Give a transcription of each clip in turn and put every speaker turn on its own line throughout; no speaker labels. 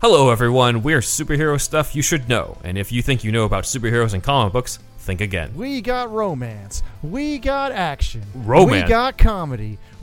Hello, everyone. We're superhero stuff you should know, and if you think you know about superheroes and comic books, think again. Uh,
We got romance. We got action.
Romance.
We got comedy.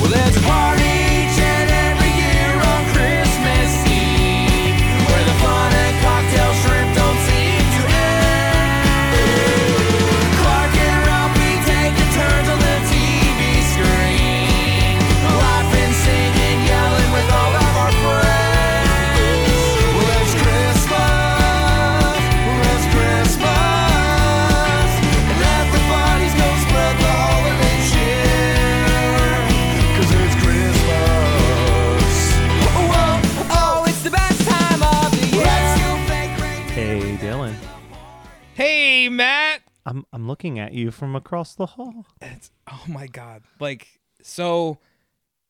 Well, let's party each and every year on Christmas Eve, where the fun and cocktail shrimp don't seem to end. Clark and Ralphie taking turns on the TV screen, laughing, singing, yelling with all of our friends. Well, it's Christmas, well, it's Christmas, and let the parties go spread the holiday cheer. Cause it's Christmas. Whoa, oh, it's the best time of the year.
Hey, Dylan.
Hey, Matt.
I'm I'm looking at you from across the hall.
It's, oh my God. Like, so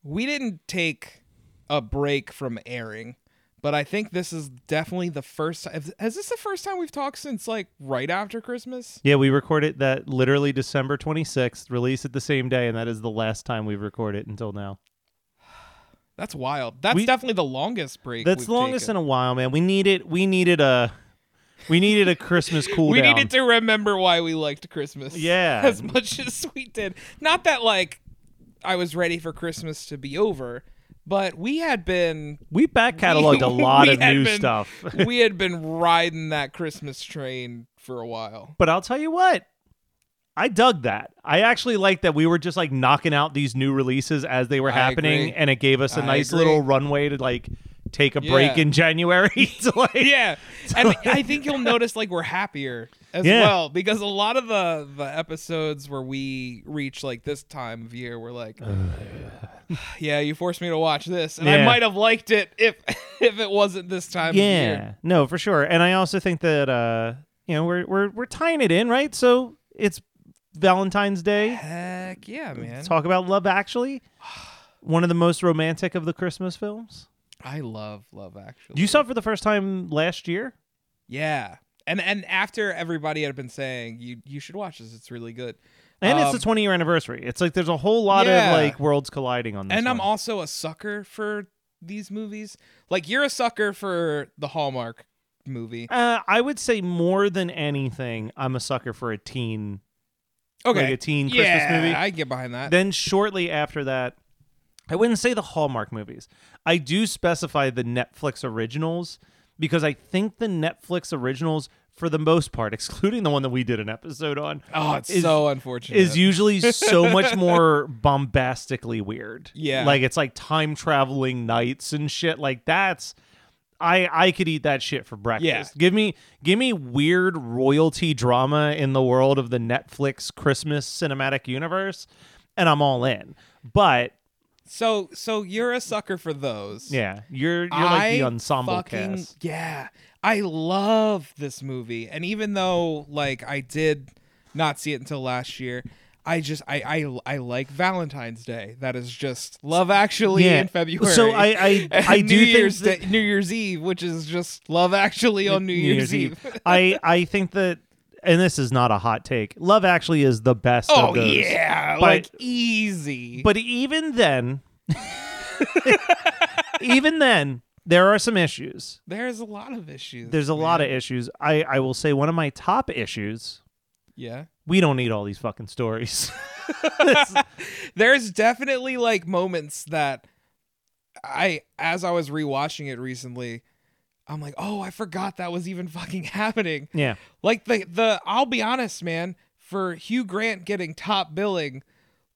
we didn't take a break from airing, but I think this is definitely the first. Is is this the first time we've talked since like right after Christmas?
Yeah, we recorded that literally December 26th, released it the same day, and that is the last time we've recorded until now.
That's wild. That's
We-
definitely the longest break.
That's
we've
the longest
taken.
in a while, man. We needed we needed a we needed a Christmas cool
we
down.
needed to remember why we liked Christmas.
Yeah.
As much as we did. Not that like I was ready for Christmas to be over, but we had been
we back cataloged a
We-
lot
we
of
had
new
been-
stuff.
we had been riding that Christmas train for a while.
But I'll tell you what, I dug that. I actually like that we were just like knocking out these new releases as they were
I
happening,
agree.
and it gave us a
I
nice
agree.
little runway to like take a break
Yeah.
in January. to like,
Yeah, and I think you'll notice like we're happier as
Yeah.
well because a lot of the the episodes where we reach like this time of year, we're like, yeah, you forced me to watch this, and
Yeah.
I might have liked it if if it wasn't this time.
yeah,
of year.
no, for sure. And I also think that uh, you know we're we're we're tying it in right. So it's Valentine's Day.
heck yeah, man!
Talk about Love Actually, one of the most romantic of the Christmas films.
I love Love Actually.
You saw it for the first time last year.
yeah, and and after everybody had been saying you you should watch this, it's really good.
And it's
Um,
the 20 year anniversary. It's like there's a whole lot
Yeah.
of like worlds colliding on this.
and I'm
one.
also a sucker for these movies. Like you're a sucker for the Hallmark movie.
Uh, I would say more than anything, I'm a sucker for a teen,
Okay,
like a teen Christmas
yeah,
movie.
I get behind that.
then shortly after that, I wouldn't say the Hallmark movies. I do specify the Netflix originals because I think the Netflix originals, for the most part, excluding the one that we did an episode on,
oh, it's
is-
so unfortunate.
is usually so much more bombastically weird.
Yeah.
Like it's like time traveling nights and shit. Like that's I I could eat that shit for breakfast.
Yeah.
Give me give me weird royalty drama in the world of the Netflix Christmas cinematic universe and I'm all in. But
so so you're a sucker for those.
yeah, you're you're like
I
the ensemble
fucking-
cast.
Yeah. I love this movie. And even though like I did not see it until last year, I just I I, I like Valentine's Day. That is just love actually
Yeah.
in February.
So I- I-
And
I do
New
think
Year's
that-
Day, New Year's Eve, which is just love actually on New, Year's, Eve.
I I think that and this is not a hot take. Love actually is the best
Oh
of those.
yeah,
But-
like easy.
But even then, even then, there are some issues.
there's a lot of issues.
There's a lot of
man.
issues. I, I will say one of my top issues.
yeah.
We don't need all these fucking stories.
there's definitely like moments that I as I was rewatching it recently, I'm like, oh, I forgot that was even fucking happening.
Yeah.
Like the the I'll be honest, man, for Hugh Grant getting top billing,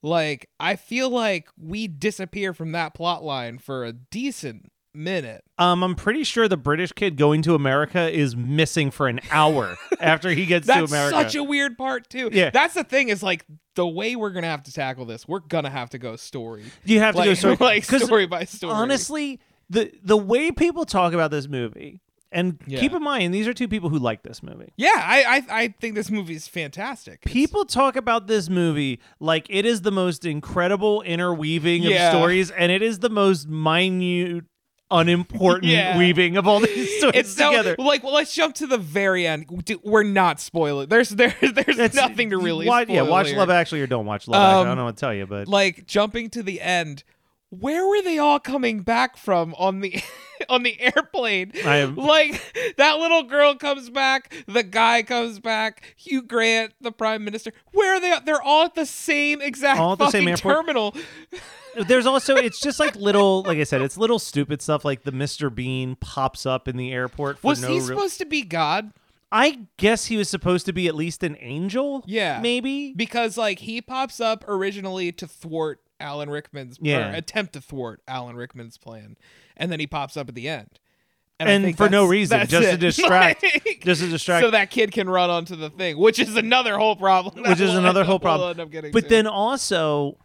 like I feel like we disappear from that plot line for a decent minute.
Um, I'm pretty sure the British kid going to America is missing for an hour after he gets to
That's
America.
such a weird part too.
Yeah.
That's the thing is like the way we're gonna have to tackle this, we're gonna have to go story.
you have to go
Like-
story,
like
'cause
story by story.
Honestly, the the way people talk about this movie, and
Yeah.
keep in mind these are two people who like this movie.
Yeah, I I, I think this movie is fantastic. It's-
People talk about this movie like it is the most incredible interweaving
Yeah.
of stories, and it is the most minute, unimportant
Yeah.
weaving of all these stories
it's so
together.
like well, let's jump to the very end. Dude, We're not spoiling. There's there there's
That's-
nothing to really
Why- yeah,
spoil
watch
here.
Love Actually or don't watch Love Actually. I
Um,
don't know what to tell you, but
Like jumping to the end. Where were they all coming back from on the on the airplane?
I am-
like that little girl comes back, the guy comes back, Hugh Grant, the prime minister. Where are they? They're all at the same exact
All at the same
fucking
airport.
terminal.
There's also it's just like little like I said, it's little stupid stuff like the Mr. Bean pops up in the airport for
Was
no
he
real-
supposed to be God?
I guess he was supposed to be at least an angel.
Yeah.
Maybe.
because like he pops up originally to thwart Alan Rickman's or
Yeah.
attempt to thwart Alan Rickman's plan, and then he pops up at the end, I
and
think
for no
that's-
reason,
that's
just to
it.
distract,
Like,
just to distract,
so that kid can run onto the thing, which is another whole problem. that
which is
we'll
another
end
whole
up-
problem.
We'll end up getting
but
to.
then also,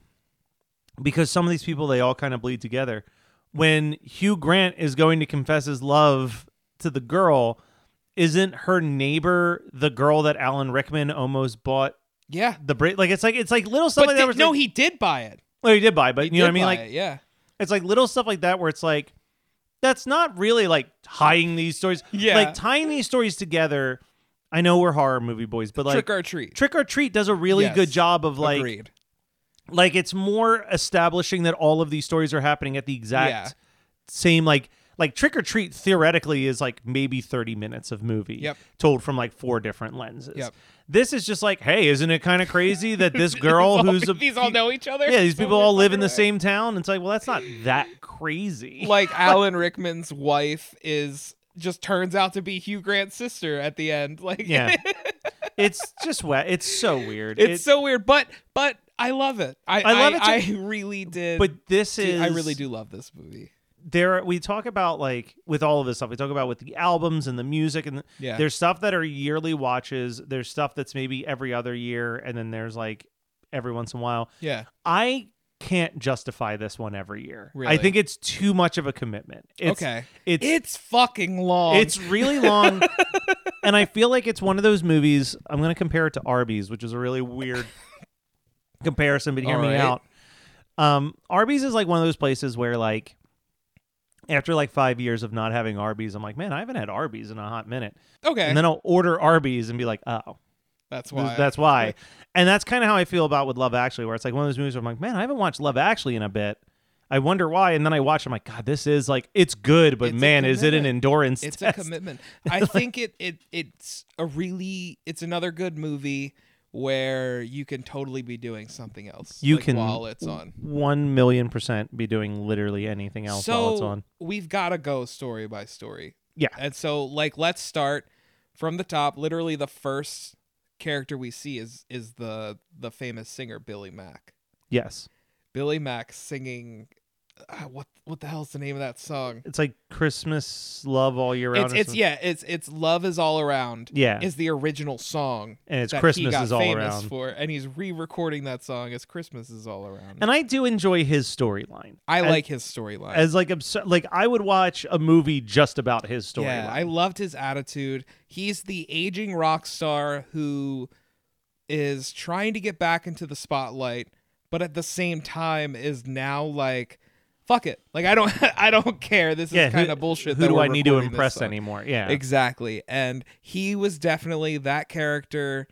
because some of these people they all kind of bleed together. When Hugh Grant is going to confess his love to the girl, isn't her neighbor the girl that Alan Rickman almost bought
yeah,
the Brit? Like it's like it's like little stuff
but
like
did-
that. where it's
no,
like-
he did buy it.
well, he did buy, but you know what I
Did
mean.
buy
Like
it, yeah,
It's like little stuff like that where it's like that's not really like tying these stories.
Yeah.
Like tying these stories together. I know we're horror movie boys, but like
trick or treat.
Trick or Treat does a really
Yes.
good job of like
Agreed.
like it's more establishing that all of these stories are happening at the exact
Yeah.
same like like Trick or Treat theoretically is like maybe 30 minutes of movie
Yep.
told from like four different lenses.
Yep.
This is just like, hey, isn't it kind of crazy that this girl
These all-
who's a
these all know each other.
yeah, these
So
people all
we're
live in the
fucking right.
same town. It's like, well, that's not that crazy.
like Alan Rickman's wife is just turns out to be Hugh Grant's sister at the end. Like
yeah, it's just wet. It's so weird.
it's
It-
so weird, but but I love it. I
I love
I,
it
I really did.
But this
dude,
is
I really do love this movie.
There we talk about like with all of this stuff. We talk about with the albums and the music and the,
Yeah.
There's stuff that are yearly watches. There's stuff that's maybe every other year, and then there's like every once in a while.
Yeah,
I can't justify this one every year. I
Really?
think it's too much of a commitment. It's,
Okay.
It's
it's fucking long.
It's really long. and I feel like it's one of those movies. I'm going to compare it to Arby's, which is a really weird comparison, but hear
All
me
right.
out. Um, Arby's is like one of those places where, like, after like five years of not having Arby's, I'm like, man, I haven't had Arby's in a hot minute.
okay.
And then I'll order Arby's and be like, oh,
that's
this-
why.
that's why. And that's kind of how I feel about with Love Actually, where it's like one of those movies where I'm like, man, I haven't watched Love Actually in a bit. I wonder why. And then I watch, I'm like, God, this is like, it's good, but
It's a
man, is it an
commitment.
endurance
it's
test?
a commitment. I think it it it's a really it's another good movie where you can totally be doing something else.
you
like,
can
while it's on.
one million percent be doing literally anything else
so
while it's on.
we've got to go story by story.
Yeah.
And so like let's start from the top. Literally the first character we see is is the the famous singer Billy Mack.
Yes,
Billy Mack singing ah, what what the hell's the name of that song?
it's like Christmas love all year round.
It's
or
it's
something.
yeah, it's it's Love is All Around.
Yeah.
Is the original song.
And it's
that he
Christmas
got
is all
famous
around.
for and he's re-recording that song as Christmas is all around.
And I do enjoy his storyline.
I
As-
like his storyline.
as like abs- like I would watch a movie just about his storyline.
Yeah, I loved his attitude. He's the aging rock star who is trying to get back into the spotlight, but at the same time is now like, fuck it. Like I don't, I don't care. This
yeah,
is
who-
kind of bullshit.
Who
that
do
we're
I need to
recording this
impress
song.
anymore? Yeah,
Exactly. And he was definitely that character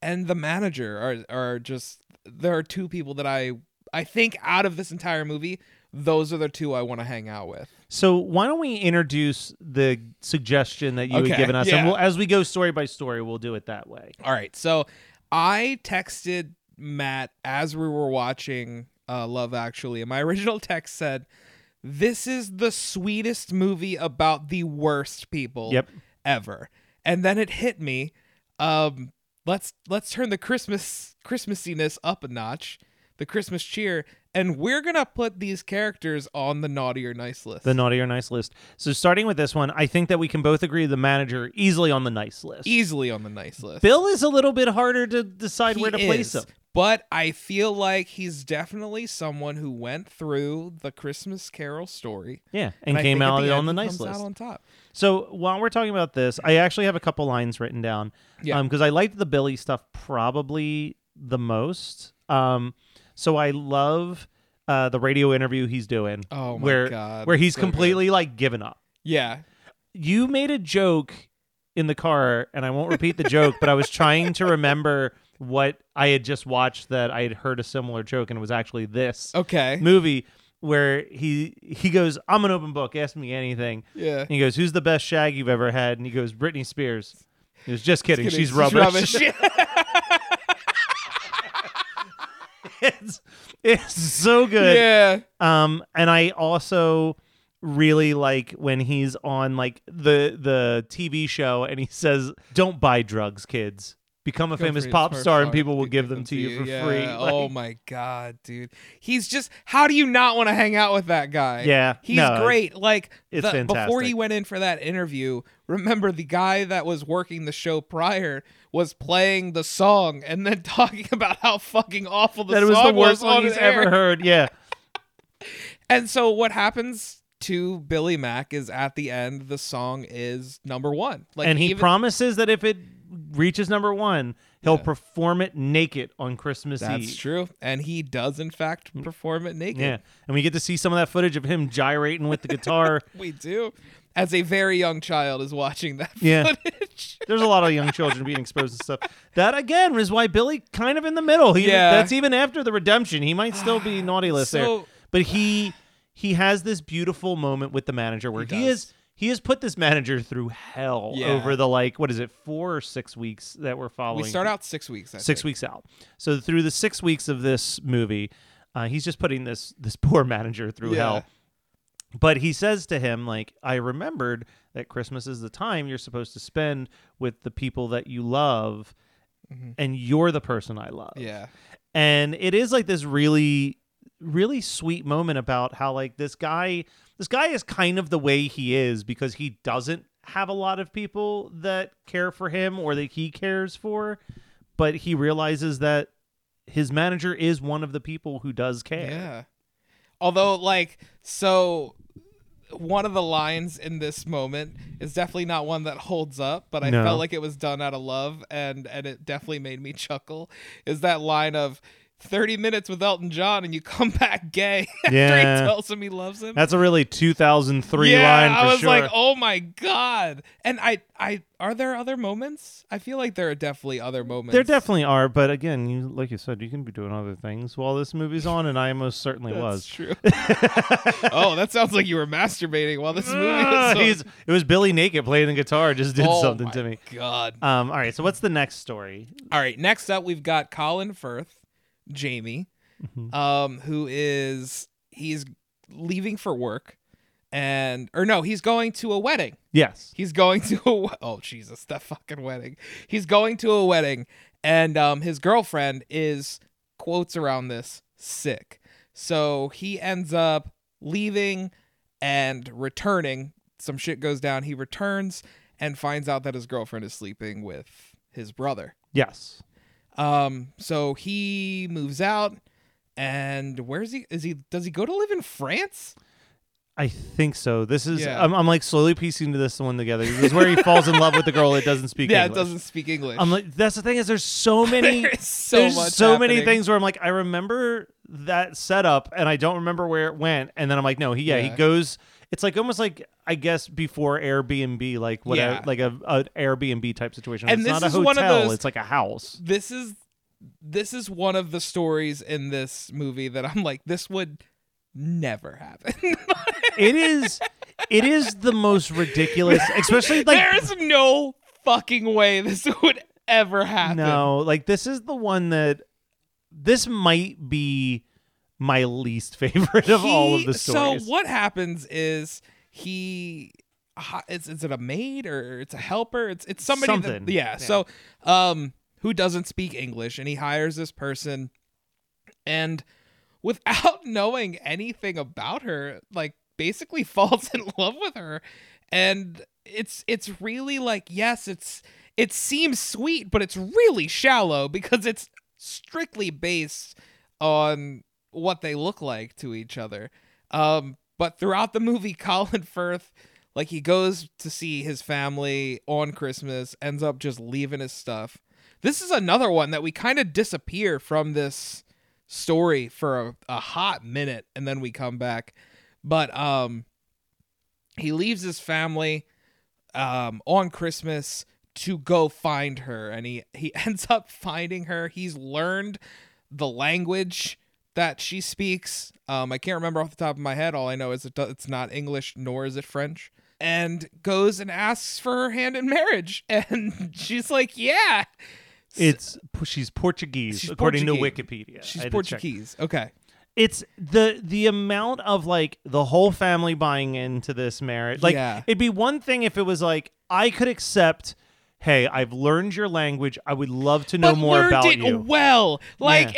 and the manager are are just there are two people that I I think out of this entire movie, those are the two I want to hang out with.
So why don't we introduce the suggestion that you
Okay,
had given us,
yeah.
and we'll, as we go story by story, we'll do it that way.
All right. So I texted Matt as we were watching uh, Love Actually, and my original text said, this is the sweetest movie about the worst people
Yep.
ever. And then it hit me. Um, let's let's turn the Christmas Christmassiness up a notch, the Christmas cheer, and we're gonna put these characters on the naughty or nice list.
The naughty or nice list. So starting with this one, I think that we can both agree the manager easily on the nice list.
easily on the nice list.
Bill is a little bit harder to decide
He
where to place
is,
him.
But I feel like he's definitely someone who went through the Christmas Carol story
Yeah, and,
I
came
think at
out on
end
the
he
nice
comes out
list.
on top.
So while we're talking about this, I actually have a couple lines written down.
Yeah.
because I liked the Billy stuff probably the most. Um, so I love uh the radio interview he's doing.
Oh my
where,
God,
Where
that's
he's
so good.
completely like given up.
Yeah,
You made a joke in the car, and I won't repeat the joke, but I was trying to remember what I had just watched that I had heard a similar joke, and it was actually this
Okay.
movie where he he goes, "I'm an open book. Ask me anything."
Yeah.
And he goes, "Who's the best shag you've ever had?" And he goes, "Britney Spears." He was just kidding.
Kidding.
She's rubbish.
rubbish.
it's, it's so good.
yeah.
Um, and I also really like when he's on like the the TV show and he says, "Don't buy drugs, kids. Become a
Go
famous
free,
pop
it's
star,
hard
and
to
people will give them to you for
yeah.
free."
oh
Like,
my god, dude. He's just how do you not want to hang out with that guy?
Yeah,
He's
no,
great. Like
it's
the- before he
fantastic.
went in for that interview, remember the guy that was working the show prior was playing the song and then talking about how fucking awful the
that
song
was the worst
on
one he's
air.
ever heard. Yeah.
And so what happens to Billy Mack is at the end the song is number 1. Like
and he
even-
promises that if it reaches number one, he'll perform it naked on Christmas
That's
Eve.
true. And he does in fact perform it naked.
Yeah, and we get to see some of that footage of him gyrating with the guitar.
We do. As a very young child is watching that
Yeah.
footage.
There's a lot of young children being exposed to stuff. That again is why Billy kind of in the middle. He,
Yeah.
that's even after the redemption. He might still be naughty list there,
So-
but he he has this beautiful moment with the manager where
He
he,
does.
is. He has put this manager through hell
Yeah.
over the like what is it four or six weeks that we're following.
we start out six weeks. I
six
think.
weeks out. So through the six weeks of this movie, uh, he's just putting this this poor manager through
Yeah.
hell. But he says to him, like, I remembered that Christmas is the time you're supposed to spend with the people that you love, and you're the person I love.
Mm-hmm. Yeah.
And it is like this really, really sweet moment about how like this guy, this guy is kind of the way he is because he doesn't have a lot of people that care for him or that he cares for, but he realizes that his manager is one of the people who does care.
Yeah. Although, like, so one of the lines in this moment is definitely not one that holds up, but I
No.
felt like it was done out of love and and it definitely made me chuckle. Is that line of 30 minutes with Elton John and you come back gay after
Yeah.
he tells him he loves him?
That's a really 2003 line for
I was
sure.
like, oh my god! And I, I are there other moments? I feel like there are definitely other moments.
there definitely are, but again, you, like you said, you can be doing other things while this movie's on, and I most certainly
That's
was.
true. oh, that sounds like you were masturbating while this movie
Ah,
was on.
he's- it was Billy Naked playing the guitar, just did
Oh
something
my
to me.
God.
Um, all right, so what's the next story?
All right. Next up, we've got Colin Firth, Jamie,
Mm-hmm.
um, who is he's leaving for work, and or no, he's going to a wedding.
Yes.
He's going to a we- oh Jesus that fucking wedding. He's going to a wedding, and um, his girlfriend is quotes around this sick. So he ends up leaving and returning. Some shit goes down. He returns and finds out that his girlfriend is sleeping with his brother.
Yes.
Um, so he moves out, and where's he? Is he? Does he go to live in France?
I think so. This is
Yeah.
I'm, I'm like slowly piecing this one together. This is where he falls in love with the girl that doesn't speak
Yeah, it
English.
doesn't speak English.
I'm like that's the thing is there's so many
There is so
there's
much
so many
happening.
things where I'm like I remember that setup and I don't remember where it went and then I'm like no he yeah, he
Yeah.
goes it's like almost like I guess before Airbnb like what
Yeah.
a, like a, a Airbnb type situation.
And
it's
this
not a
is one of
hotel,
those-
it's like a house.
this is this is one of the stories in this movie that I'm like, this would never happen.
It is it is the most ridiculous especially like
There's no fucking way this would ever happen.
No, like this is the one that this might be my least favorite of all of
He-
the stories.
So what happens is he hi- is, is it a maid or it's a helper? It's it's somebody that-
Something.
yeah, So um who doesn't speak English and he hires this person and without knowing anything about her, like basically falls in love with her and it's it's really like yes, it's it seems sweet, but it's really shallow because it's strictly based on what they look like to each other. Um, but throughout the movie, Colin Firth, like he goes to see his family on Christmas, ends up just leaving his stuff. This is another one that we kind of disappear from this story for a, a hot minute, and then we come back. But um, he leaves his family um, on Christmas to go find her, and he he ends up finding her. He's learned the language that she speaks. Um, I can't remember off the top of my head. All I know is it do- it's not English, nor is it French. And goes and asks for her hand in marriage, and she's like, "Yeah,
It's she's Portuguese
She's
according to
Portuguese.
Wikipedia. I
she's
had to check.
Portuguese." Okay,
It's the the amount of like the whole family buying into this marriage. Like
Yeah.
it'd be one thing if it was like I could accept. Hey, I've learned your language. I would love to know
but
more
learned
about
it
you.
well. Like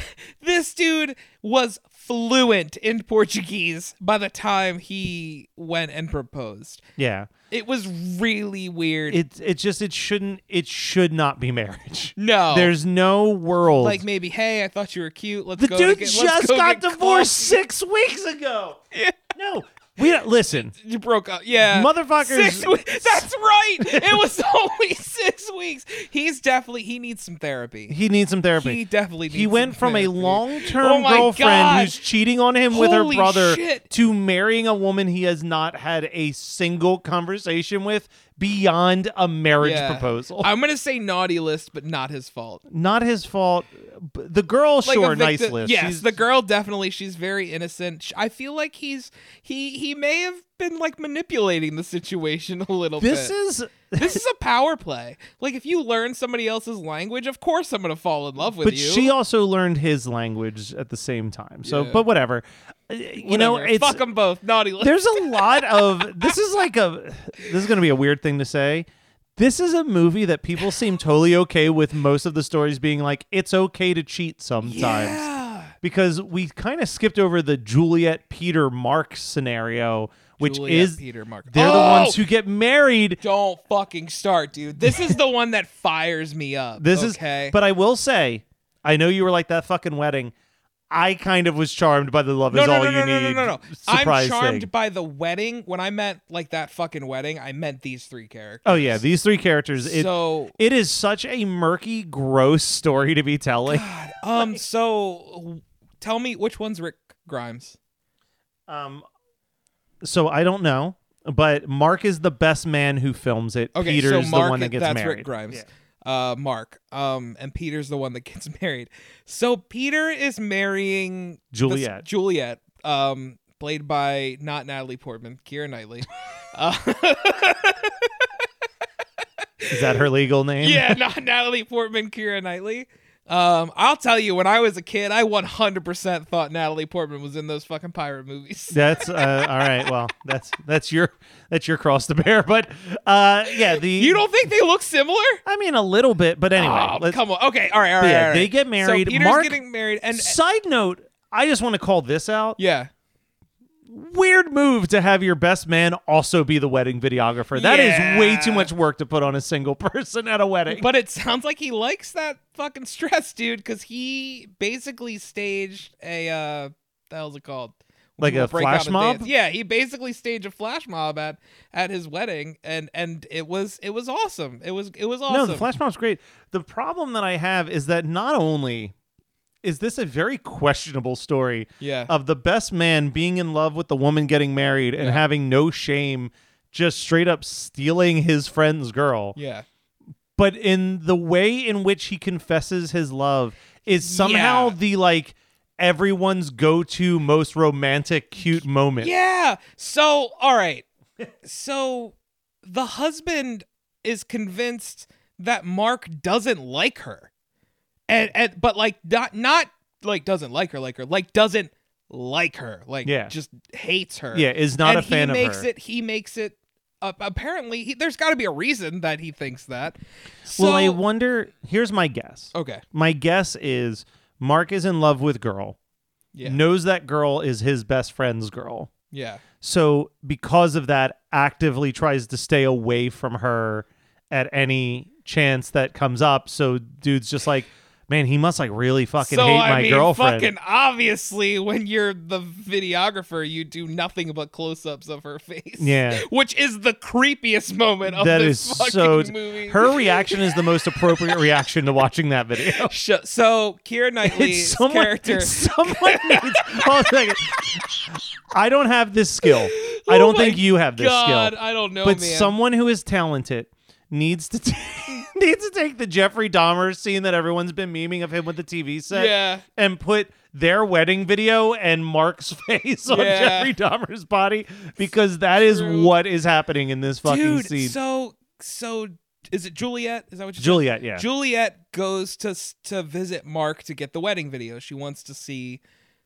this dude was fluent in Portuguese by the time he went and proposed.
yeah,
It was really weird.
it it just it shouldn't it should not be marriage.
no,
There's no world
like maybe hey, I thought you were cute. Let's
The
go.
dude
to get, let's
just
go
got
get
divorced
coffee."
six weeks ago. No, we don't, listen.
You broke up, yeah,
Motherfuckers-
Six we- that's right. It was only six weeks. He's definitely he needs some therapy.
He needs some therapy.
He definitely
He
needs
went
some
from a
therapy.
long-term
Oh my
girlfriend
God.
who's cheating on him with her
Holy
brother
shit.
to marrying a woman he has not had a single conversation with beyond a marriage
Yeah.
proposal.
I'm gonna say naughty list, but not his fault.
not his fault. B- The girl,
like
sure,
a
nice
victim-
list.
Yes,
She's-
the girl definitely. She's very innocent. Sh- I feel like he's he he may have been like manipulating the situation a little
this
bit.
is
this is a power play. Like if you learn somebody else's language, of course I'm gonna fall in love with
but
you.
she also learned his language at the same time. So,
Yeah.
but whatever. Uh, You know,
Whatever.
it's
fuck them both. Naughty list.
there's a lot of this is like a this is going to be a weird thing to say this is a movie that people seem totally okay with most of the stories being like it's okay to cheat sometimes
yeah.
because we kind of skipped over the juliet peter mark scenario which
Juliet
is
Peter Mark.
they're the
Oh!
ones who get married
Don't fucking start, dude. This is the one that fires me up.
this
okay?
is but i will say i know you were like that fucking wedding I kind of was charmed by the love is
no,
all
no, no,
you
no,
need.
No, no, no, I'm
surprise
charmed
thing.
by the wedding. When I meant like that fucking wedding, I meant these three characters.
Oh yeah, these three characters. It,
so
It is such a murky, gross story to be telling.
um so w- tell me which one's Rick Grimes?
Um, so I don't know, but Mark is the best man who films it.
Okay,
Peter's
so Mark
the one that gets
that's
married.
Rick Grimes. Uh Mark. Um and Peter's the one that gets married. So Peter is marrying this-
Juliet.
Juliet um played by not Natalie Portman, Kira Knightley.
Is that her legal name?
yeah, not Natalie Portman, Kira Knightley. Um, I'll tell you, when I was a kid, I 100% thought Natalie Portman was in those fucking pirate movies.
That's uh, all right. Well, that's that's your that's your cross to bear. But uh, yeah, the
You don't think they look similar?
I mean, a little bit, but anyway,
Oh,
let's-
come on. Okay, all right, all
But
right.
yeah,
all right.
they get married.
So Peter's
Mark-
getting married, and uh,
Side note: I just want to call this out.
yeah,
Weird move to have your best man also be the wedding videographer. That is way too
Yeah.
much work to put on a single person at a wedding.
but it sounds like he likes that fucking stress, dude, because he basically staged a uh, the hell's it called? When
Like
people
a
break out
flash
and
mob?
dance. Yeah, he basically staged a flash mob at at his wedding, and and it was it was awesome. It was it was awesome.
No, the flash mob's great. The problem that I have is that not only is this a very questionable story
Yeah.
of the best man being in love with the woman getting married and having no shame just straight up stealing his friend's girl
yeah.
but in the way in which he confesses his love is somehow
Yeah.
the like everyone's go-to most romantic cute moment
Yeah. So, all right. So the husband is convinced that Mark doesn't like her. And, and but like not not like doesn't like her, like her, like doesn't like her, like
Yeah.
just hates her.
Yeah, is not
And
a fan
he
of
makes
her.
it. He makes it. Uh, apparently, he, there's got to be a reason that he thinks that. So, Oh,
well, I wonder. Here's my guess.
Okay.
My guess is Mark is in love with girl,
Yeah.
knows that girl is his best friend's girl.
Yeah.
So because of that, actively tries to stay away from her at any chance that comes up. So dude's just like, man, he must like really fucking
so
hate
I
my
mean,
girlfriend.
fucking obviously, when you're the videographer, you do nothing but close-ups of her face.
Yeah.
which is the creepiest moment of
that is
this fucking
so.
movie.
Her reaction is the most appropriate reaction to watching that video.
Sh- So Keira Knightley's
It's someone,
character.
someone needs. Hold on a second. I don't have this skill. I don't
Oh my
think you have this
God,
skill.
I don't know,
But
man.
someone who is talented needs to t- needs to take the Jeffrey Dahmer scene that everyone's been memeing of him with the TV set,
Yeah.
and put their wedding video and Mark's face on
Yeah.
Jeffrey Dahmer's body because that is
True.
what is happening in this fucking
Dude,
scene.
so so is it Juliet? Is that what you said?
Juliet, yeah.
Juliet goes to s- to visit Mark to get the wedding video. She wants to see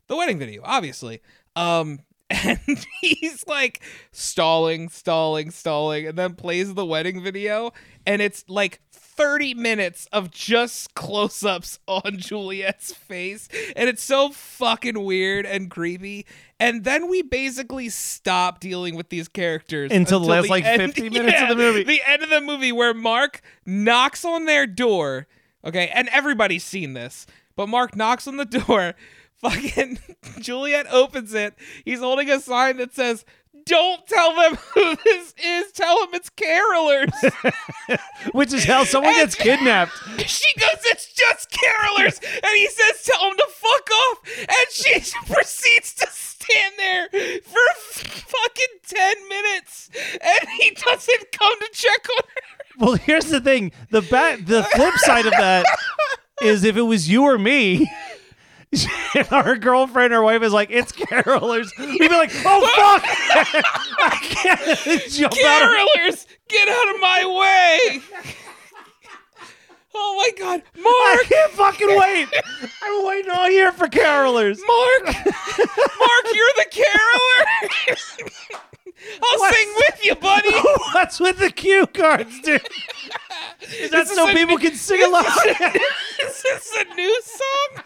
the wedding video, obviously. Um and he's like stalling, stalling, stalling, and then plays the wedding video and it's like 30 minutes of just close-ups on Juliet's face and it's so fucking weird and creepy. And then we basically stop dealing with these characters
Until the last,
the
like, 50 minutes of the movie.
the end of the movie where Mark knocks on their door. Okay, and everybody's seen this, but Mark knocks on the door. Fucking Juliet opens it. He's holding a sign that says, "Don't tell them who this is. Tell them it's carolers."
Which is how someone gets kidnapped.
she goes, "It's just carolers," and he says, "Tell them to fuck off." And she proceeds to stand there for fucking ten minutes, and he doesn't come to check on her.
Well, here's the thing. The back, the flip side of that is if it was you or me, our girlfriend or wife is like, it's carolers. We'd be like, oh fuck, I can't jump out. Of-
Carolers, get out of my way! oh my god,
I
Mark,
can't fucking wait. I'm waiting all year for carolers.
Mark, Mark, you're the caroler. I'll
What?
sing with you, buddy.
What's with the cue cards, dude? Is that
This
so
is a-
people can sing along?
Is this a new song?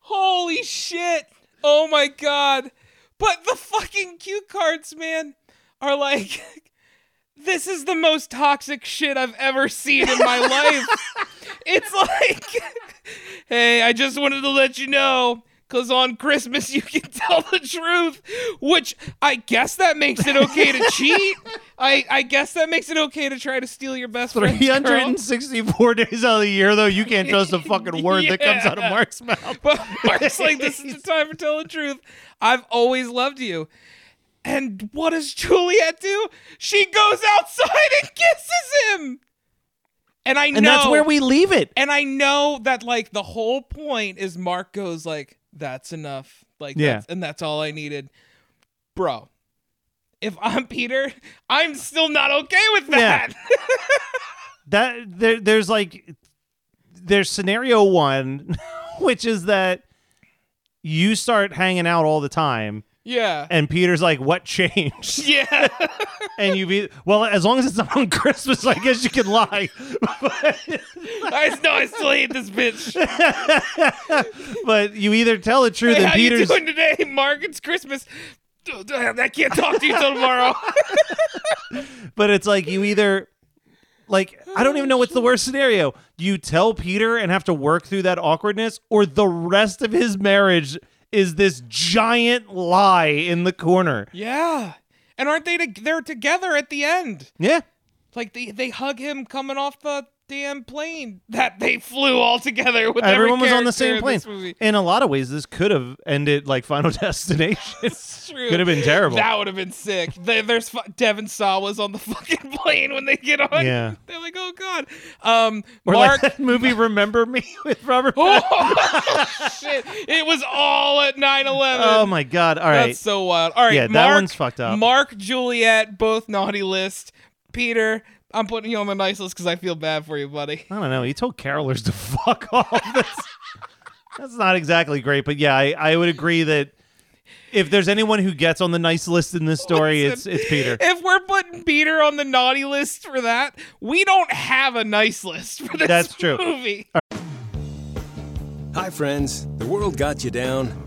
Holy shit. Oh my god. But the fucking cue cards, man, are like this is the most toxic shit I've ever seen in my life. It's like Hey, I just wanted to let you know cuz on Christmas you can tell the truth, which I guess that makes it okay to cheat. I I guess that makes it okay to try to steal your best friend's girl.
364 days out of the year, though, you can't trust a fucking word that comes out of
Yeah.
Mark's mouth.
But Mark's like, this is the time for telling the truth. I've always loved you. And what does Juliet do? She goes outside and kisses him. And I know
And that's where we leave it.
and I know that like the whole point is Mark goes like, that's enough. Like
Yeah.
that's and that's all I needed. Bro, if I'm Peter, I'm still not okay with
Yeah.
that.
that there, there's like there's scenario one which is that you start hanging out all the time
Yeah.
and peter's like what changed
yeah.
and you be well as long as it's not on christmas i guess you can lie
I know I still hate this bitch.
but you either tell the truth
Hey,
and
how you
peter's
doing today, Mark? It's Christmas. I can't talk to you till tomorrow.
but it's like you either like i don't even know what's the worst scenario you tell peter and have to work through that awkwardness or the rest of his marriage is this giant lie in the corner
yeah, and aren't they? To- they're together at the end.
yeah
Like they they hug him coming off the damn plane that they flew all together with. every
Everyone was on
character
the same
in
plane.
this movie.
In a lot of ways, this could have ended like Final Destination.
It's true.
Could have been terrible.
That would have been sick. There- There's fu- Devin Sawa's on the fucking plane when they get on.
Yeah.
They're like, oh god. Um,
or
Mark.
like that movie Remember Me with Robert. Pattinson.
oh shit! It was all at 9/11.
Oh my god! All right,
That's so wild. All right,
Yeah, that
Mark,
one's fucked up.
Mark, Juliet, both naughty list. Peter, I'm putting you on my nice list because I feel bad for you, buddy.
I don't know. He told carolers to fuck off. That's, that's not exactly great, but yeah, I, I would agree that if there's anyone who gets on the nice list in this story, it's
Listen,
it's Peter.
If we're putting Peter on the naughty list for that, we don't have a nice list for this
That's true.
movie.
Hi, friends. The world got you down.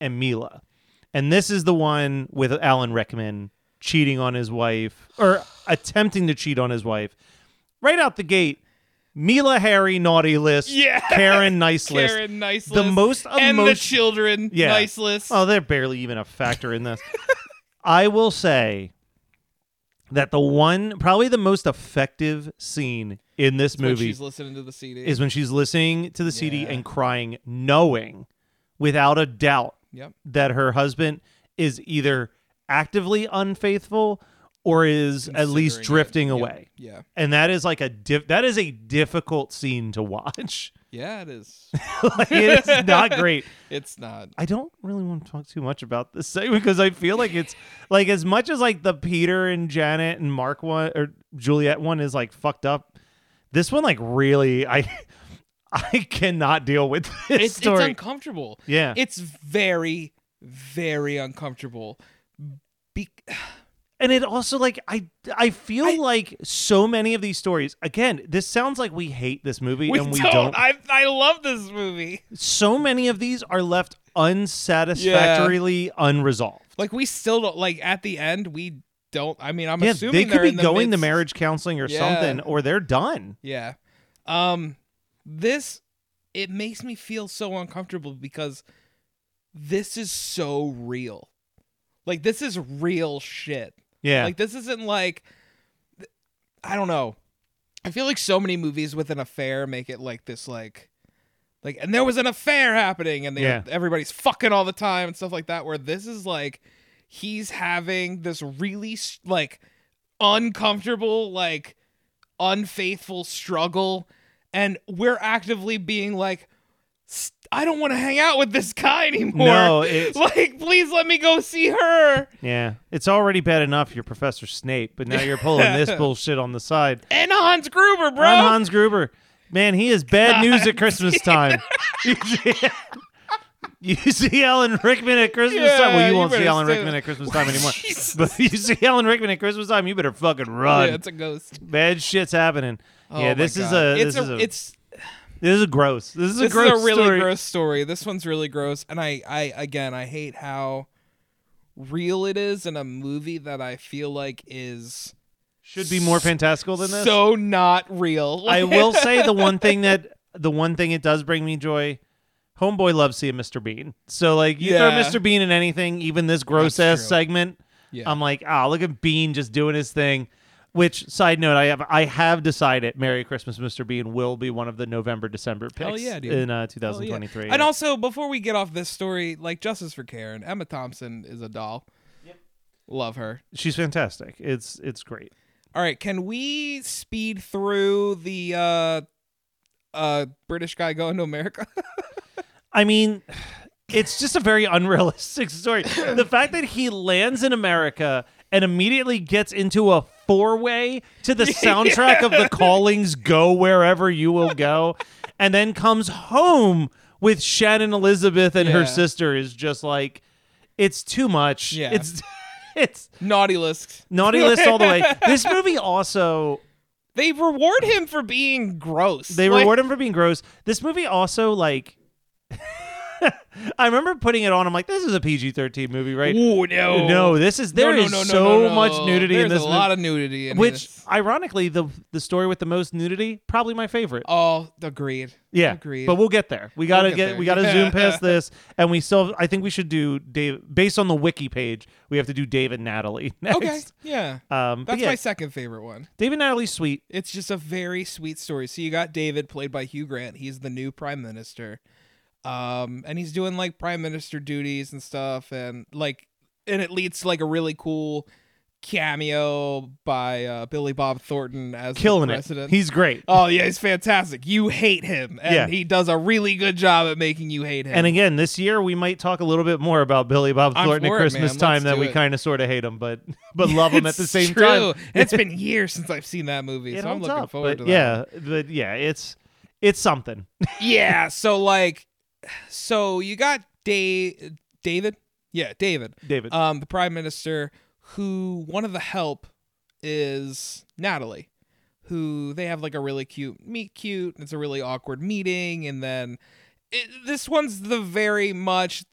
and Mila. And this is the one with Alan Rickman cheating on his wife or attempting to cheat on his wife. Right out the gate, Mila Harry naughty list,
Yeah.
Karen nice list.
Karen, nice
The
list.
most
and the
emotion-
children,
Yeah.
nice list.
Oh, they're barely even a factor in this. I will say that the one, probably the most effective scene in this
when
movie
she's listening to the CD.
is when she's listening to the CD
Yeah.
and crying, knowing without a doubt
yep.
that her husband is either actively unfaithful or is at least
Considering it.
drifting
Yep.
away.
Yeah.
And that is like a diff- that is a difficult scene to watch.
Yeah, it is.
like, it is not great.
It's not.
I don't really want to talk too much about this segment because I feel like it's like as much as like the Peter and Janet and Mark one or Juliet one is like fucked up. This one like really I I cannot deal with this
It's, it's
story.
uncomfortable.
Yeah.
It's very, very uncomfortable. Be-
and it also like I I feel like so many of these stories again this sounds like we hate this movie
we,
and we
don't. I, I love this movie.
so many of these are left unsatisfactorily unresolved.
Like we still don't like at the end we don't I mean I'm
yeah,
assuming
they could
they're
be
in the
going to
midst-
marriage counseling or
Yeah.
something or they're done.
Yeah. Um this it makes me feel so uncomfortable because this is so real. Like this is real shit.
Yeah.
Like this isn't like th- I don't know. I feel like so many movies with an affair make it like this like like and there was an affair happening and they
Yeah.
everybody's fucking all the time and stuff like that where this is like he's having this really s- like uncomfortable like unfaithful struggle and we're actively being like "S- I don't want to hang out with this guy anymore.
No, it's-
like please let me go see her.
Yeah, it's already bad enough you're Professor Snape, but now you're pulling this bullshit on the side.
And Hans Gruber, bro.
I'm Hans Gruber. Man, he is bad news at Christmas time. you see Alan Rickman at Christmas time.
Yeah,
Well, you
you
won't see
better
Alan
stay-
Rickman at Christmas time anymore.
Jesus.
But you see Alan Rickman at Christmas time, you better fucking run.
Yeah, it's a ghost.
bad shit's happening.
Oh my
yeah, this is
God.
a
It's
this is a
it's
this is a gross. This is a
this
gross
is a really
story.
gross story. This one's really gross, and I I again I hate how real it is in a movie that I feel like is
Should be more fantastical than this.
so not real.
I will say the one thing that the one thing it does bring me joy. Homeboy loves seeing Mr. Bean. So like you
Yeah.
throw Mr. Bean in anything, even this gross
That's
ass
true.
segment,
Yeah.
I'm like, ah, look at Bean just doing his thing. Which side note, I have I have decided Merry Christmas, Mr. Bean will be one of the November December picks
Hell yeah, dude.
in uh,
Hell yeah.
2023.
And also, before we get off this story, like justice for Karen, Emma Thompson is a doll. Love her.
she's fantastic. It's it's great.
All right, can we speed through the uh uh British guy going to America?
I mean, it's just a very unrealistic story. The fact that he lands in America and immediately gets into a four way to the soundtrack of the callings Go Wherever You Will Go, and then comes home with Shannon Elizabeth and
Yeah.
her sister is just like. It's too much.
Yeah.
It's it's
Naughty list.
naughty list all the way. This movie also
They reward him for being gross.
they
Like,
reward him for being gross. This movie also like I remember putting it on. I'm like, this is a PG-13 movie, right?
Ooh, no.
No, this is there
no, no,
is
no, no,
so
no, no.
much nudity
There's
in
a
this movie.
lot of nudity in
which
this.
ironically the the story with the most nudity probably my favorite.
Oh, agreed.
Yeah,
Agreed.
but we'll get there. We gotta
get
get,
there.
we gotta
Yeah.
zoom past this, and we still. I think we should do Dave based on the wiki page. We have to do Dave and Natalie next.
Okay. Yeah.
um, but
That's
yeah,
my second favorite one.
Dave and Natalie's sweet.
It's just a very sweet story. So you got David played by Hugh Grant. He's the new prime minister. Um and he's doing like prime minister duties and stuff and like and it leads to like a really cool cameo by uh, Billy Bob Thornton as the
killing
president.
it. He's great.
Oh yeah, he's fantastic. You hate him, and
Yeah.
he does a really good job at making you hate him.
and again, this year we might talk a little bit more about Billy Bob
I'm
Thornton
for
at
it,
Christmas
man.
time
Let's
that
do
we
it.
kind of sort of hate him, but but love him at the
It's
same
true.
time.
it's been years since I've seen that movie,
It
so I'm
holds
looking
up,
forward
but
to that.
yeah, but yeah, it's it's something.
yeah so like so you got Da- david yeah david
David,
um the prime minister who one of the help is natalie who they have like a really cute meet cute it's a really awkward meeting and then it, this one's the very much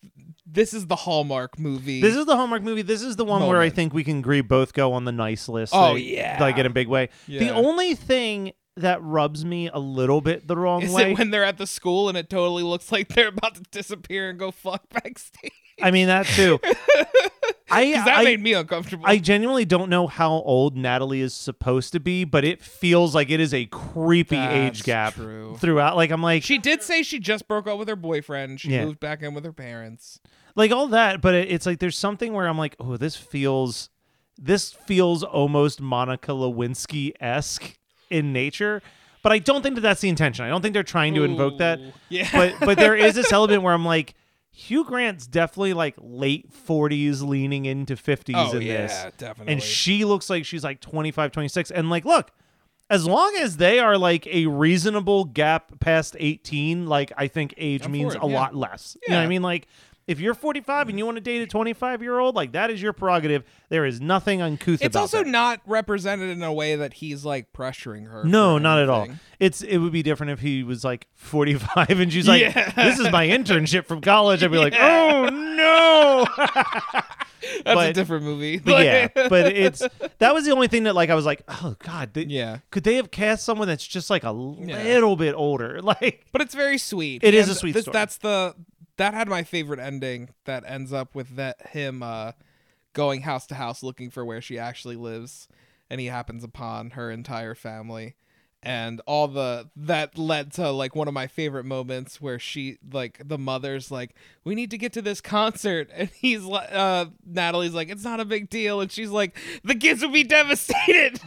this is the hallmark movie
This is the Hallmark movie. This is the one where I
Moment.
think we can agree both go on the nice list.
Oh,
like,
yeah.
like in a big way. The
Yeah.
only thing that rubs me a little bit the wrong
is
way.
it when they're at the school and it totally looks like they're about to disappear and go fuck backstage?
I mean that too. I
'Cause that
I,
made me uncomfortable.
I genuinely don't know how old Natalie is supposed to be, but it feels like it is a creepy
That's
age gap
true.
throughout. Like I'm like
She did say she just broke up with her boyfriend. She
Yeah.
moved back in with her parents.
like all that, but it, it's like there's something where I'm like, oh, this feels this feels almost Monica Lewinsky esque in nature. But I don't think that that's the intention. I don't think they're trying to invoke that.
Ooh. Yeah.
But but there is this element where I'm like, Hugh Grant's definitely like late 40s, leaning into 50s
Oh,
in
yeah,
this.
definitely.
And she looks like she's like 25, 26. And like, look, as long as they are like a reasonable gap past 18, like I think age
I'm
means
for it,
a
yeah.
lot less. You know what I
Yeah.
mean? Like if you're 45 and you want to date a 25 year old, like that is your prerogative. There is nothing uncouth
It's
about
also
that.
not represented in a way that he's like pressuring her.
no,
for
not at all.
anything.
It's it would be different if he was like 45 and she's like,
Yeah.
"This is my internship from college." I'd be like, "Oh no!"
That's a
but-
different movie.
But yeah, but it's that was the only thing that like I was like, "Oh god, they-
Yeah.
could they have cast someone that's just like a little bit older?" Like,
But it's very sweet.
It
It
is
is
a sweet story.
That's the that had my favorite ending that ends up with that him uh going house to house looking for where she actually lives and he happens upon her entire family and all the that led to like one of my favorite moments where she like the mother's like we need to get to this concert and he's like uh Natalie's like it's not a big deal and she's like the kids would be devastated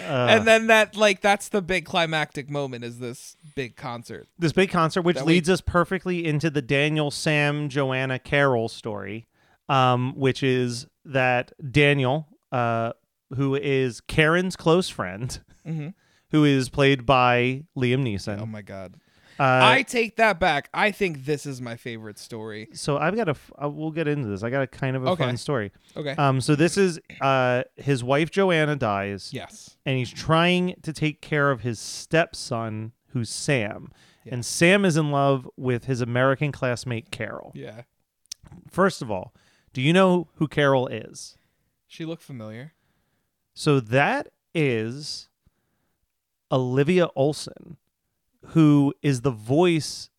and then that like that's the big climactic moment is this big concert
this big concert, which
That we-
leads us perfectly into the Daniel, Sam, Joanna, Carol story, um, which is that Daniel, uh, who is Karen's close friend, who is played by Liam Neeson.
Mm-hmm. Oh my god.
Uh,
I take that back. I think this is my favorite story.
so I've got a. f- Uh, we'll get into this. I got a kind of a
Okay.
fun story.
Okay.
Um, so this is uh, his wife Joanna dies.
yes.
and he's trying to take care of his stepson, who's Sam. And Sam is in love with his American classmate Carol.
Yeah.
First of all, do you know who Carol is?
She looked familiar.
So that is Olivia Olson, who is the voice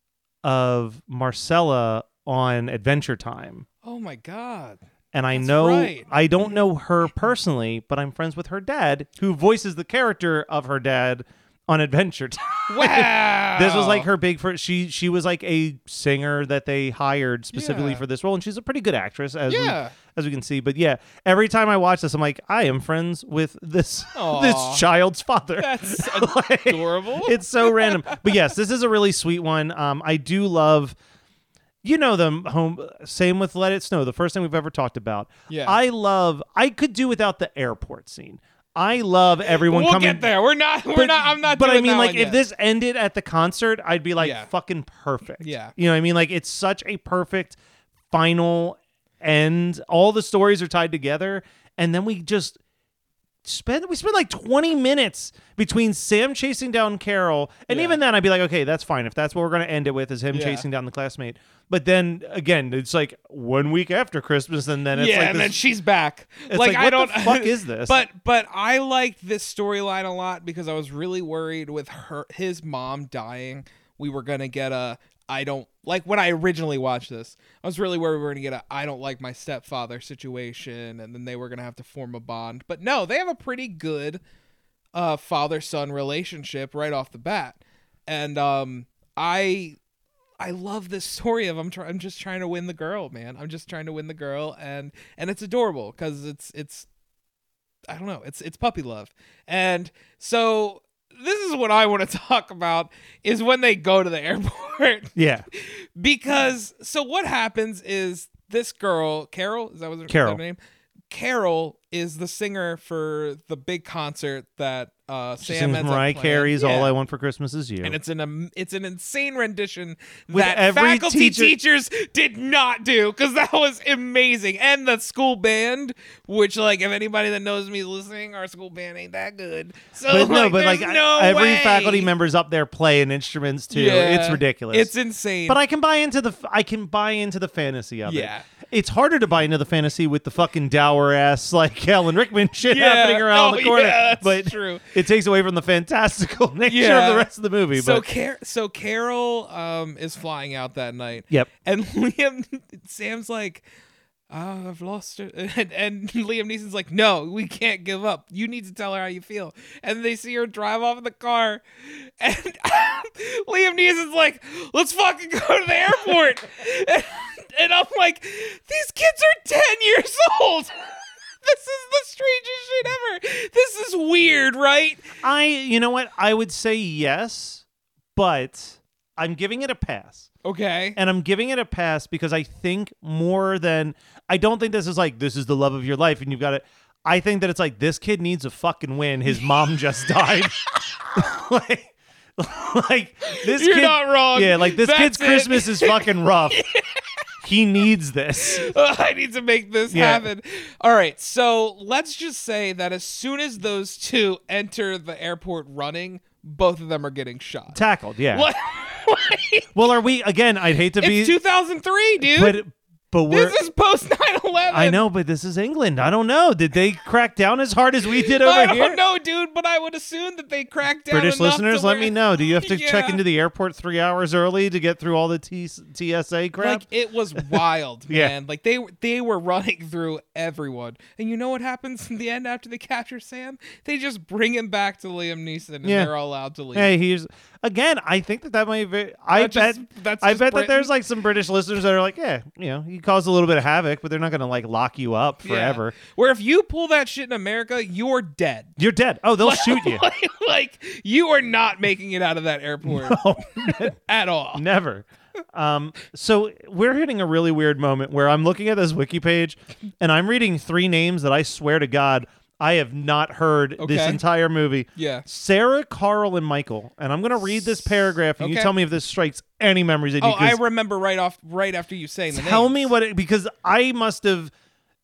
of Marcella on Adventure Time.
Oh my god.
And I
That's
know
right.
I don't know her personally, but I'm friends with her dad, who voices the character of her dad on Adventure Time.
Wow.
This was like her big first. She she was like a singer that they hired specifically
Yeah.
for this role, and she's a pretty good actress as
Yeah.
we, as we can see. But yeah, every time I watch this, I'm like, I am friends with this
Aw.
this child's father.
That's
Like,
adorable.
It's so random, but yes, this is a really sweet one. Um, I do love. You know them home. Same with Let It Snow, the first thing we've ever talked about.
Yeah.
I love. I could do without the airport scene. I love everyone
we'll
coming.
get there. We're not we're not I'm not
But
doing
I mean,
that
like,
one
if
yet.
this ended at the concert, I'd be like,
Yeah.
fucking perfect.
Yeah.
You know what I mean? Like, it's such a perfect final end. All the stories are tied together, and then we just spend we spent like 20 minutes between Sam chasing down Carol, and
Yeah.
even then I'd be like, okay, that's fine if that's what we're gonna end it with is him
Yeah.
chasing down the classmate. But then again, it's like one week after Christmas, and then it's
yeah,
like
and
this-
then she's back.
It's
like,
like,
I
what
don't.
the fuck is this?
But but I liked this storyline a lot because I was really worried with her his mom dying. We were gonna get a I don't like when I originally watched this. I was really worried we were gonna get a I don't like my stepfather situation, and then they were gonna have to form a bond. But no, they have a pretty good uh, father son relationship right off the bat, and um, I I love this story of I'm try- I'm just trying to win the girl, man. I'm just trying to win the girl, and and it's adorable because it's it's I don't know it's it's puppy love, and so this is what I want to talk about is when they go to the airport
yeah,
because so what happens is this girl Carol is that was her,
Carol.
her name Carol is the singer for the big concert that uh,
she
Sam
sings
ends up
Mariah
playing.
Carey's
Yeah.
"All I Want for Christmas Is You."
And it's an um, it's an insane rendition
With
that
every
faculty
teacher-
teachers did not do because that was amazing. And the school band, which like if anybody that knows me is listening, our school band ain't that good. So
but
like,
no, but like
there's no
every
way.
faculty member's up there playing instruments too.
Yeah.
It's ridiculous.
It's insane.
but I can buy into the I can buy into the fantasy of
Yeah.
it. It's harder to buy into the fantasy with the fucking dour ass like Helen Rickman shit
Yeah.
happening around
Oh,
the corner.
yeah, that's
but
true.
it takes away from the fantastical nature
Yeah.
of the rest of the movie.
so
but
Car- so Carol um is flying out that night.
Yep.
And Liam Sam's like "Ah, I've lost her. And, and Liam Neeson's like, no, we can't give up. You need to tell her how you feel. And they see her drive off in the car. And Liam Neeson's like, let's fucking go to the airport. and, and I'm like, these kids are 10 years old. this is the strangest shit ever. This is weird, right?
I you know what? I would say yes, but I'm giving it a pass.
Okay.
and I'm giving it a pass because I think more than I don't think this is like this is the love of your life and you've got it. I think that it's like this kid needs a fucking win. His mom just died. like, like this
You're
kid,
not wrong.
Yeah, like this
That's
kid's
it.
Christmas is fucking rough. he needs this.
Ugh, I need to make this
Yeah.
happen. All right, so let's just say that as soon as those two enter the airport running, both of them are getting shot.
Tackled, yeah.
What?
Well, are we again? I'd hate to
it's
be,
2003, dude.
but but we're.
this is post 9/11.
I know, but this is England. I don't know. Did they crack down as hard as we did over
I don't
here?
know, dude, but I would assume that they cracked down.
British
enough to
listeners, let
where-
me know. Do you have to check
Yeah.
into the airport three hours early to get through all the T- TSA crap?
Like it was wild,
Yeah.
man. Like they they were running through everyone, and you know what happens in the end after they capture Sam? They just bring him back to Liam Neeson, and
Yeah.
they're all allowed to leave.
hey, here's again. I think that that might. Be, I
That's
bet.
just- that's
I
just
bet that
Britain.
there's like some British listeners that are like, yeah, you know, you cause a little bit of havoc, but they're not going to like lock you up
Yeah.
forever.
Where if you pull that shit in America, you're dead.
You're dead. Oh, they'll shoot you.
like, like, you are not making it out of that airport at all.
Never. Um, so we're hitting a really weird moment where I'm looking at this wiki page and I'm reading three names that I swear to God I have not heard this
Okay.
entire movie.
Yeah.
Sarah, Carl, and Michael. And I'm gonna read this paragraph and you
Okay.
tell me if this strikes any memories in
Oh,
you. 'cause
I remember right off, right after you saying the
tell
names.
me what it because I must have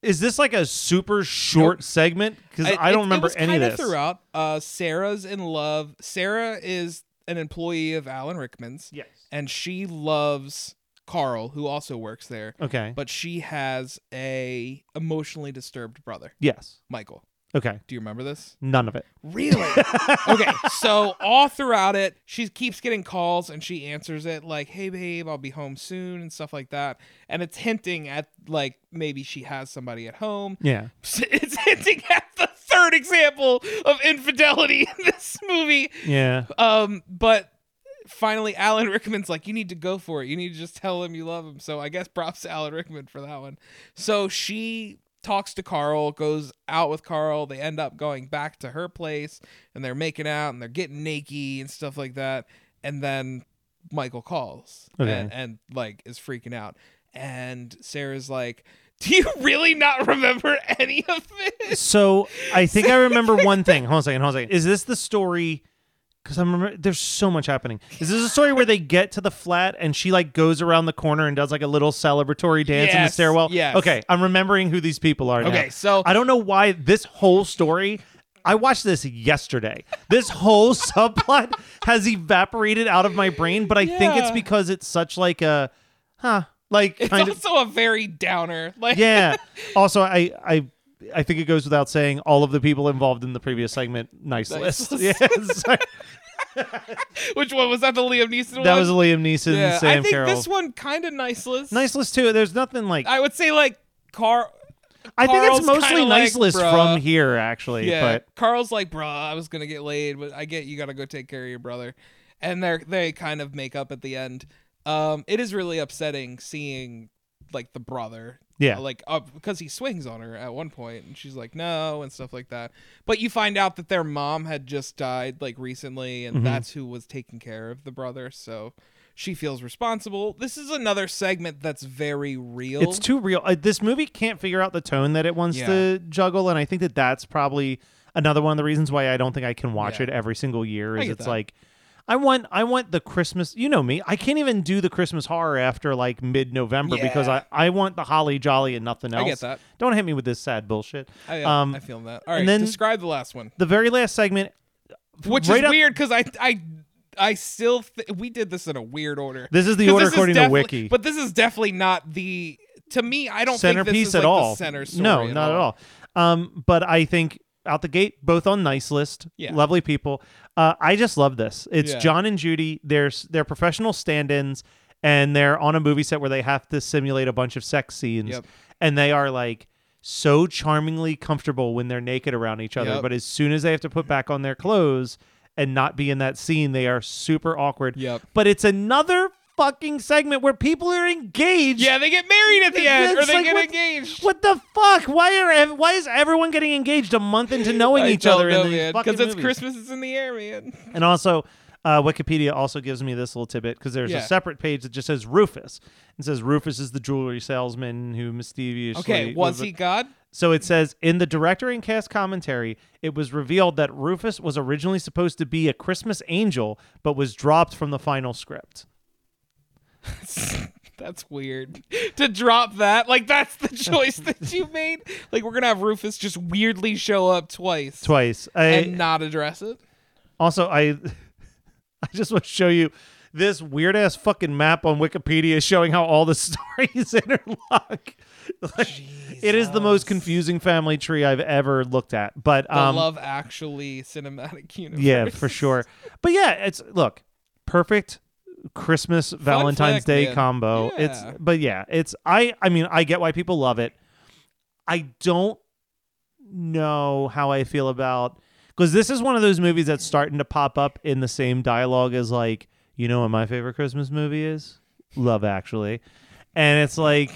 is this like a super short segment? Because I, don't
it-
remember
it was
any of
kinda
this.
Throughout, uh, Sarah's in love. Sarah is an employee of Alan Rickman's.
Yes.
and she loves Carl, who also works there.
Okay.
But she has a emotionally disturbed brother,
yes.
Michael.
Okay.
Do you remember this?
None of it.
Really? okay. So all throughout it, she keeps getting calls and she answers it like, "Hey babe, I'll be home soon" and stuff like that. And it's hinting at like maybe she has somebody at home.
Yeah.
It's hinting at the third example of infidelity in this movie.
Yeah.
Um, but finally, Alan Rickman's like, you need to go for it. You need to just tell him you love him. So I guess props to Alan Rickman for that one. So she talks to Carl, goes out with Carl. They end up going back to her place and they're making out and they're getting naked and stuff like that. And then Michael calls
Okay.
and, and like is freaking out. And Sarah's like, do you really not remember any of this?
So I think I remember one thing. Hold on a second. Hold on a second. Is this the story? because I'm remember there's so much happening. Is this a story where they get to the flat and she like goes around the corner and does like a little celebratory dance in the
Yes,
stairwell?
yes.
Okay, I'm remembering who these people are. now.
Okay, so-
I don't know why this whole story. I watched this yesterday. This whole subplot has evaporated out of my brain, but I think it's
Yeah.
because it's such like a, huh, like
It's
kind of
also a very downer. Like
yeah. Also, I I I think it goes without saying all of the people involved in the previous segment nice,
Nice
list.
list.
Yes.
which one was that? The Liam Neeson one.
that was Liam Neeson
yeah.
and Sam
I think
Carroll.
this one kind of nice list.
nice list too. There's nothing like I,
I would say like Carl.
think it's
Uh, Carl's
mostly
kinda
nice
like,
list
bruh.
from here actually,
Yeah,
but
Carl's like, bruh, I was gonna get laid, but I get you gotta go take care of your brother, and they are they kind of make up at the end. Um, it is really upsetting seeing like the brother, uh,
Yeah.
like up because he swings on her at one point, and she's like, no, and stuff like that. But you find out that their mom had just died like recently,
Mm-hmm.
and that's who was taking care of the brother, so. She feels responsible. This is another segment that's very real.
it's too real. Uh, this movie can't figure out the tone that it wants
Yeah.
to juggle, and I think that that's probably another one of the reasons why I don't think I can watch
Yeah.
it every single year.
I
Is
get
it's
that.
like I want I want the Christmas. You know me. I can't even do the Christmas horror after like mid November because
Yeah.
I I want the holly jolly and nothing else.
I get that.
Don't hit me with this sad bullshit.
I, uh,
um,
Oh, I feel that. All right,
then-
describe the last one.
the very last segment.
which
right
is
up-
weird because I I I still th- we did this in a weird order.
This is the
'Cause
order
this is
according to
definitely-
Wiki.
but this is definitely not the to me. I don't think this
centerpiece
is like
at all.
The center story
no, not at all. Um, but I think out the gate, both on nice list,
Yeah.
lovely people. Uh, I just love this. It's
Yeah.
John and Judy. They're s- they're professional stand-ins, and they're on a movie set where they have to simulate a bunch of sex scenes,
Yep.
and they are like so charmingly comfortable when they're naked around each other.
Yep.
But as soon as they have to put back on their clothes and not be in that scene, they are super awkward.
Yep.
But it's another fucking segment where people are engaged
Yeah, they get married at the end,
yeah,
or
it's
they
like,
get
what-
engaged.
What the fuck? Why are ev- why is everyone getting engaged a month into knowing
I
each
don't
other
know,
in these
man,
fucking
it's
movies?
Christmas is in the air, man.
And also, uh, Wikipedia also gives me this little tidbit because there's
Yeah.
a separate page that just says Rufus. It says Rufus is the jewelry salesman who mischievously.
Okay, was he God?
So it says in the director and cast commentary, it was revealed that Rufus was originally supposed to be a Christmas angel, but was dropped from the final script.
That's weird to drop that. Like that's the choice that you made. Like we're gonna have Rufus just weirdly show up twice,
Twice. I,
and not address it.
Also, I I just want to show you this weird ass fucking map on Wikipedia showing how all the stories interlock. Like, it is the most confusing family tree I've ever looked at. But
The
um,
Love Actually cinematic universe.
yeah, for sure. But yeah, it's look perfect Christmas
flick,
Valentine's Day
man.
combo.
Yeah.
It's but yeah, it's I I mean I get why people love it. I don't know how I feel about because this is one of those movies that's starting to pop up in the same dialogue as like you know what my favorite Christmas movie is Love Actually, and it's like.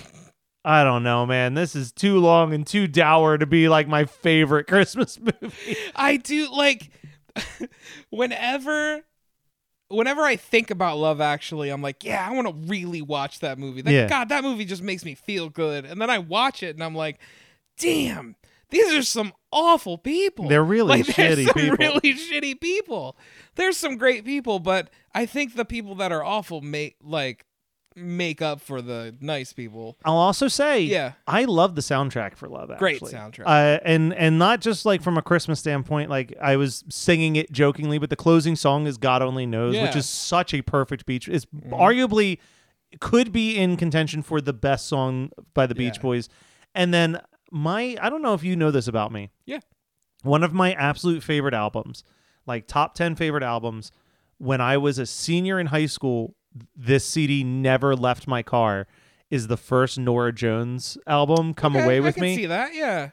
I don't know, man. This is too long and too dour to be like my favorite Christmas movie.
I do like whenever whenever I think about Love Actually, I'm like, yeah, I want to really watch that movie. Like,
Yeah.
God, that movie just makes me feel good. And then I watch it and I'm like, damn, these are some awful people.
They're really
like, there's
shitty
some
people.
Really shitty people. There's some great people, but I think the people that are awful make like make up for the nice people.
I'll also say,
Yeah.
I love the soundtrack for Love. Actually.
Great soundtrack.
uh, and and not just like from a Christmas standpoint. Like I was singing it jokingly, but the closing song is "God Only Knows," which
Yeah. Mm-hmm.
is such a perfect beach. It's arguably could be in contention for the best song by the Beach
Yeah.
Boys. And then my, I don't know if you know this about me.
Yeah.
One of my absolute favorite albums, like top ten favorite albums, when I was a senior in high school, this CD never left my car. Is the first Nora Jones album "Come
Okay,
Away with
I can
Me"?
see that, yeah.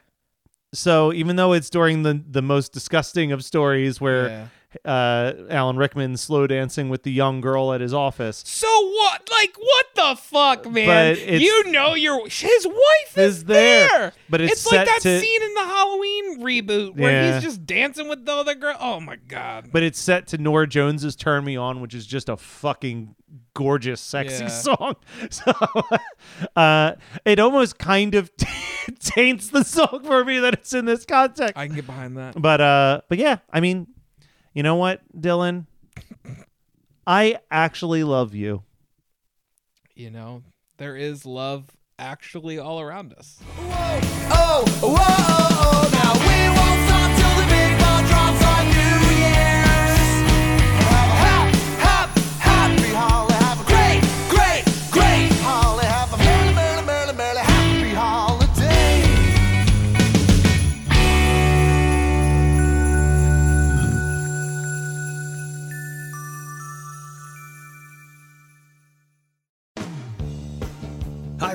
so even though it's during the the most disgusting of stories where uh, Alan Rickman slow dancing with the young girl at his office,
So what? Like what the fuck, man?
But it's-
you know your his wife
Is
is,
there,
there,
but it's set
like that
to-
scene in the Halloween reboot where
Yeah.
he's just dancing with the other girl. Oh my god!
but it's set to Nora Jones's "Turn Me On," which is just a fucking gorgeous, sexy
Yeah.
song. So uh, it almost kind of taints the song for me that it's in this context.
I can get behind that.
But uh, but yeah, I mean, you know what, Dylan? I actually love you.
You know, there is love actually all around us.
Oh, whoa, oh, oh, now we won't stop till the big ball drops on New Year's. Have a hop, hop, happy holly. Have a great, great, great holly. Have a merry, merry, merry, merry happy holiday.
Hi,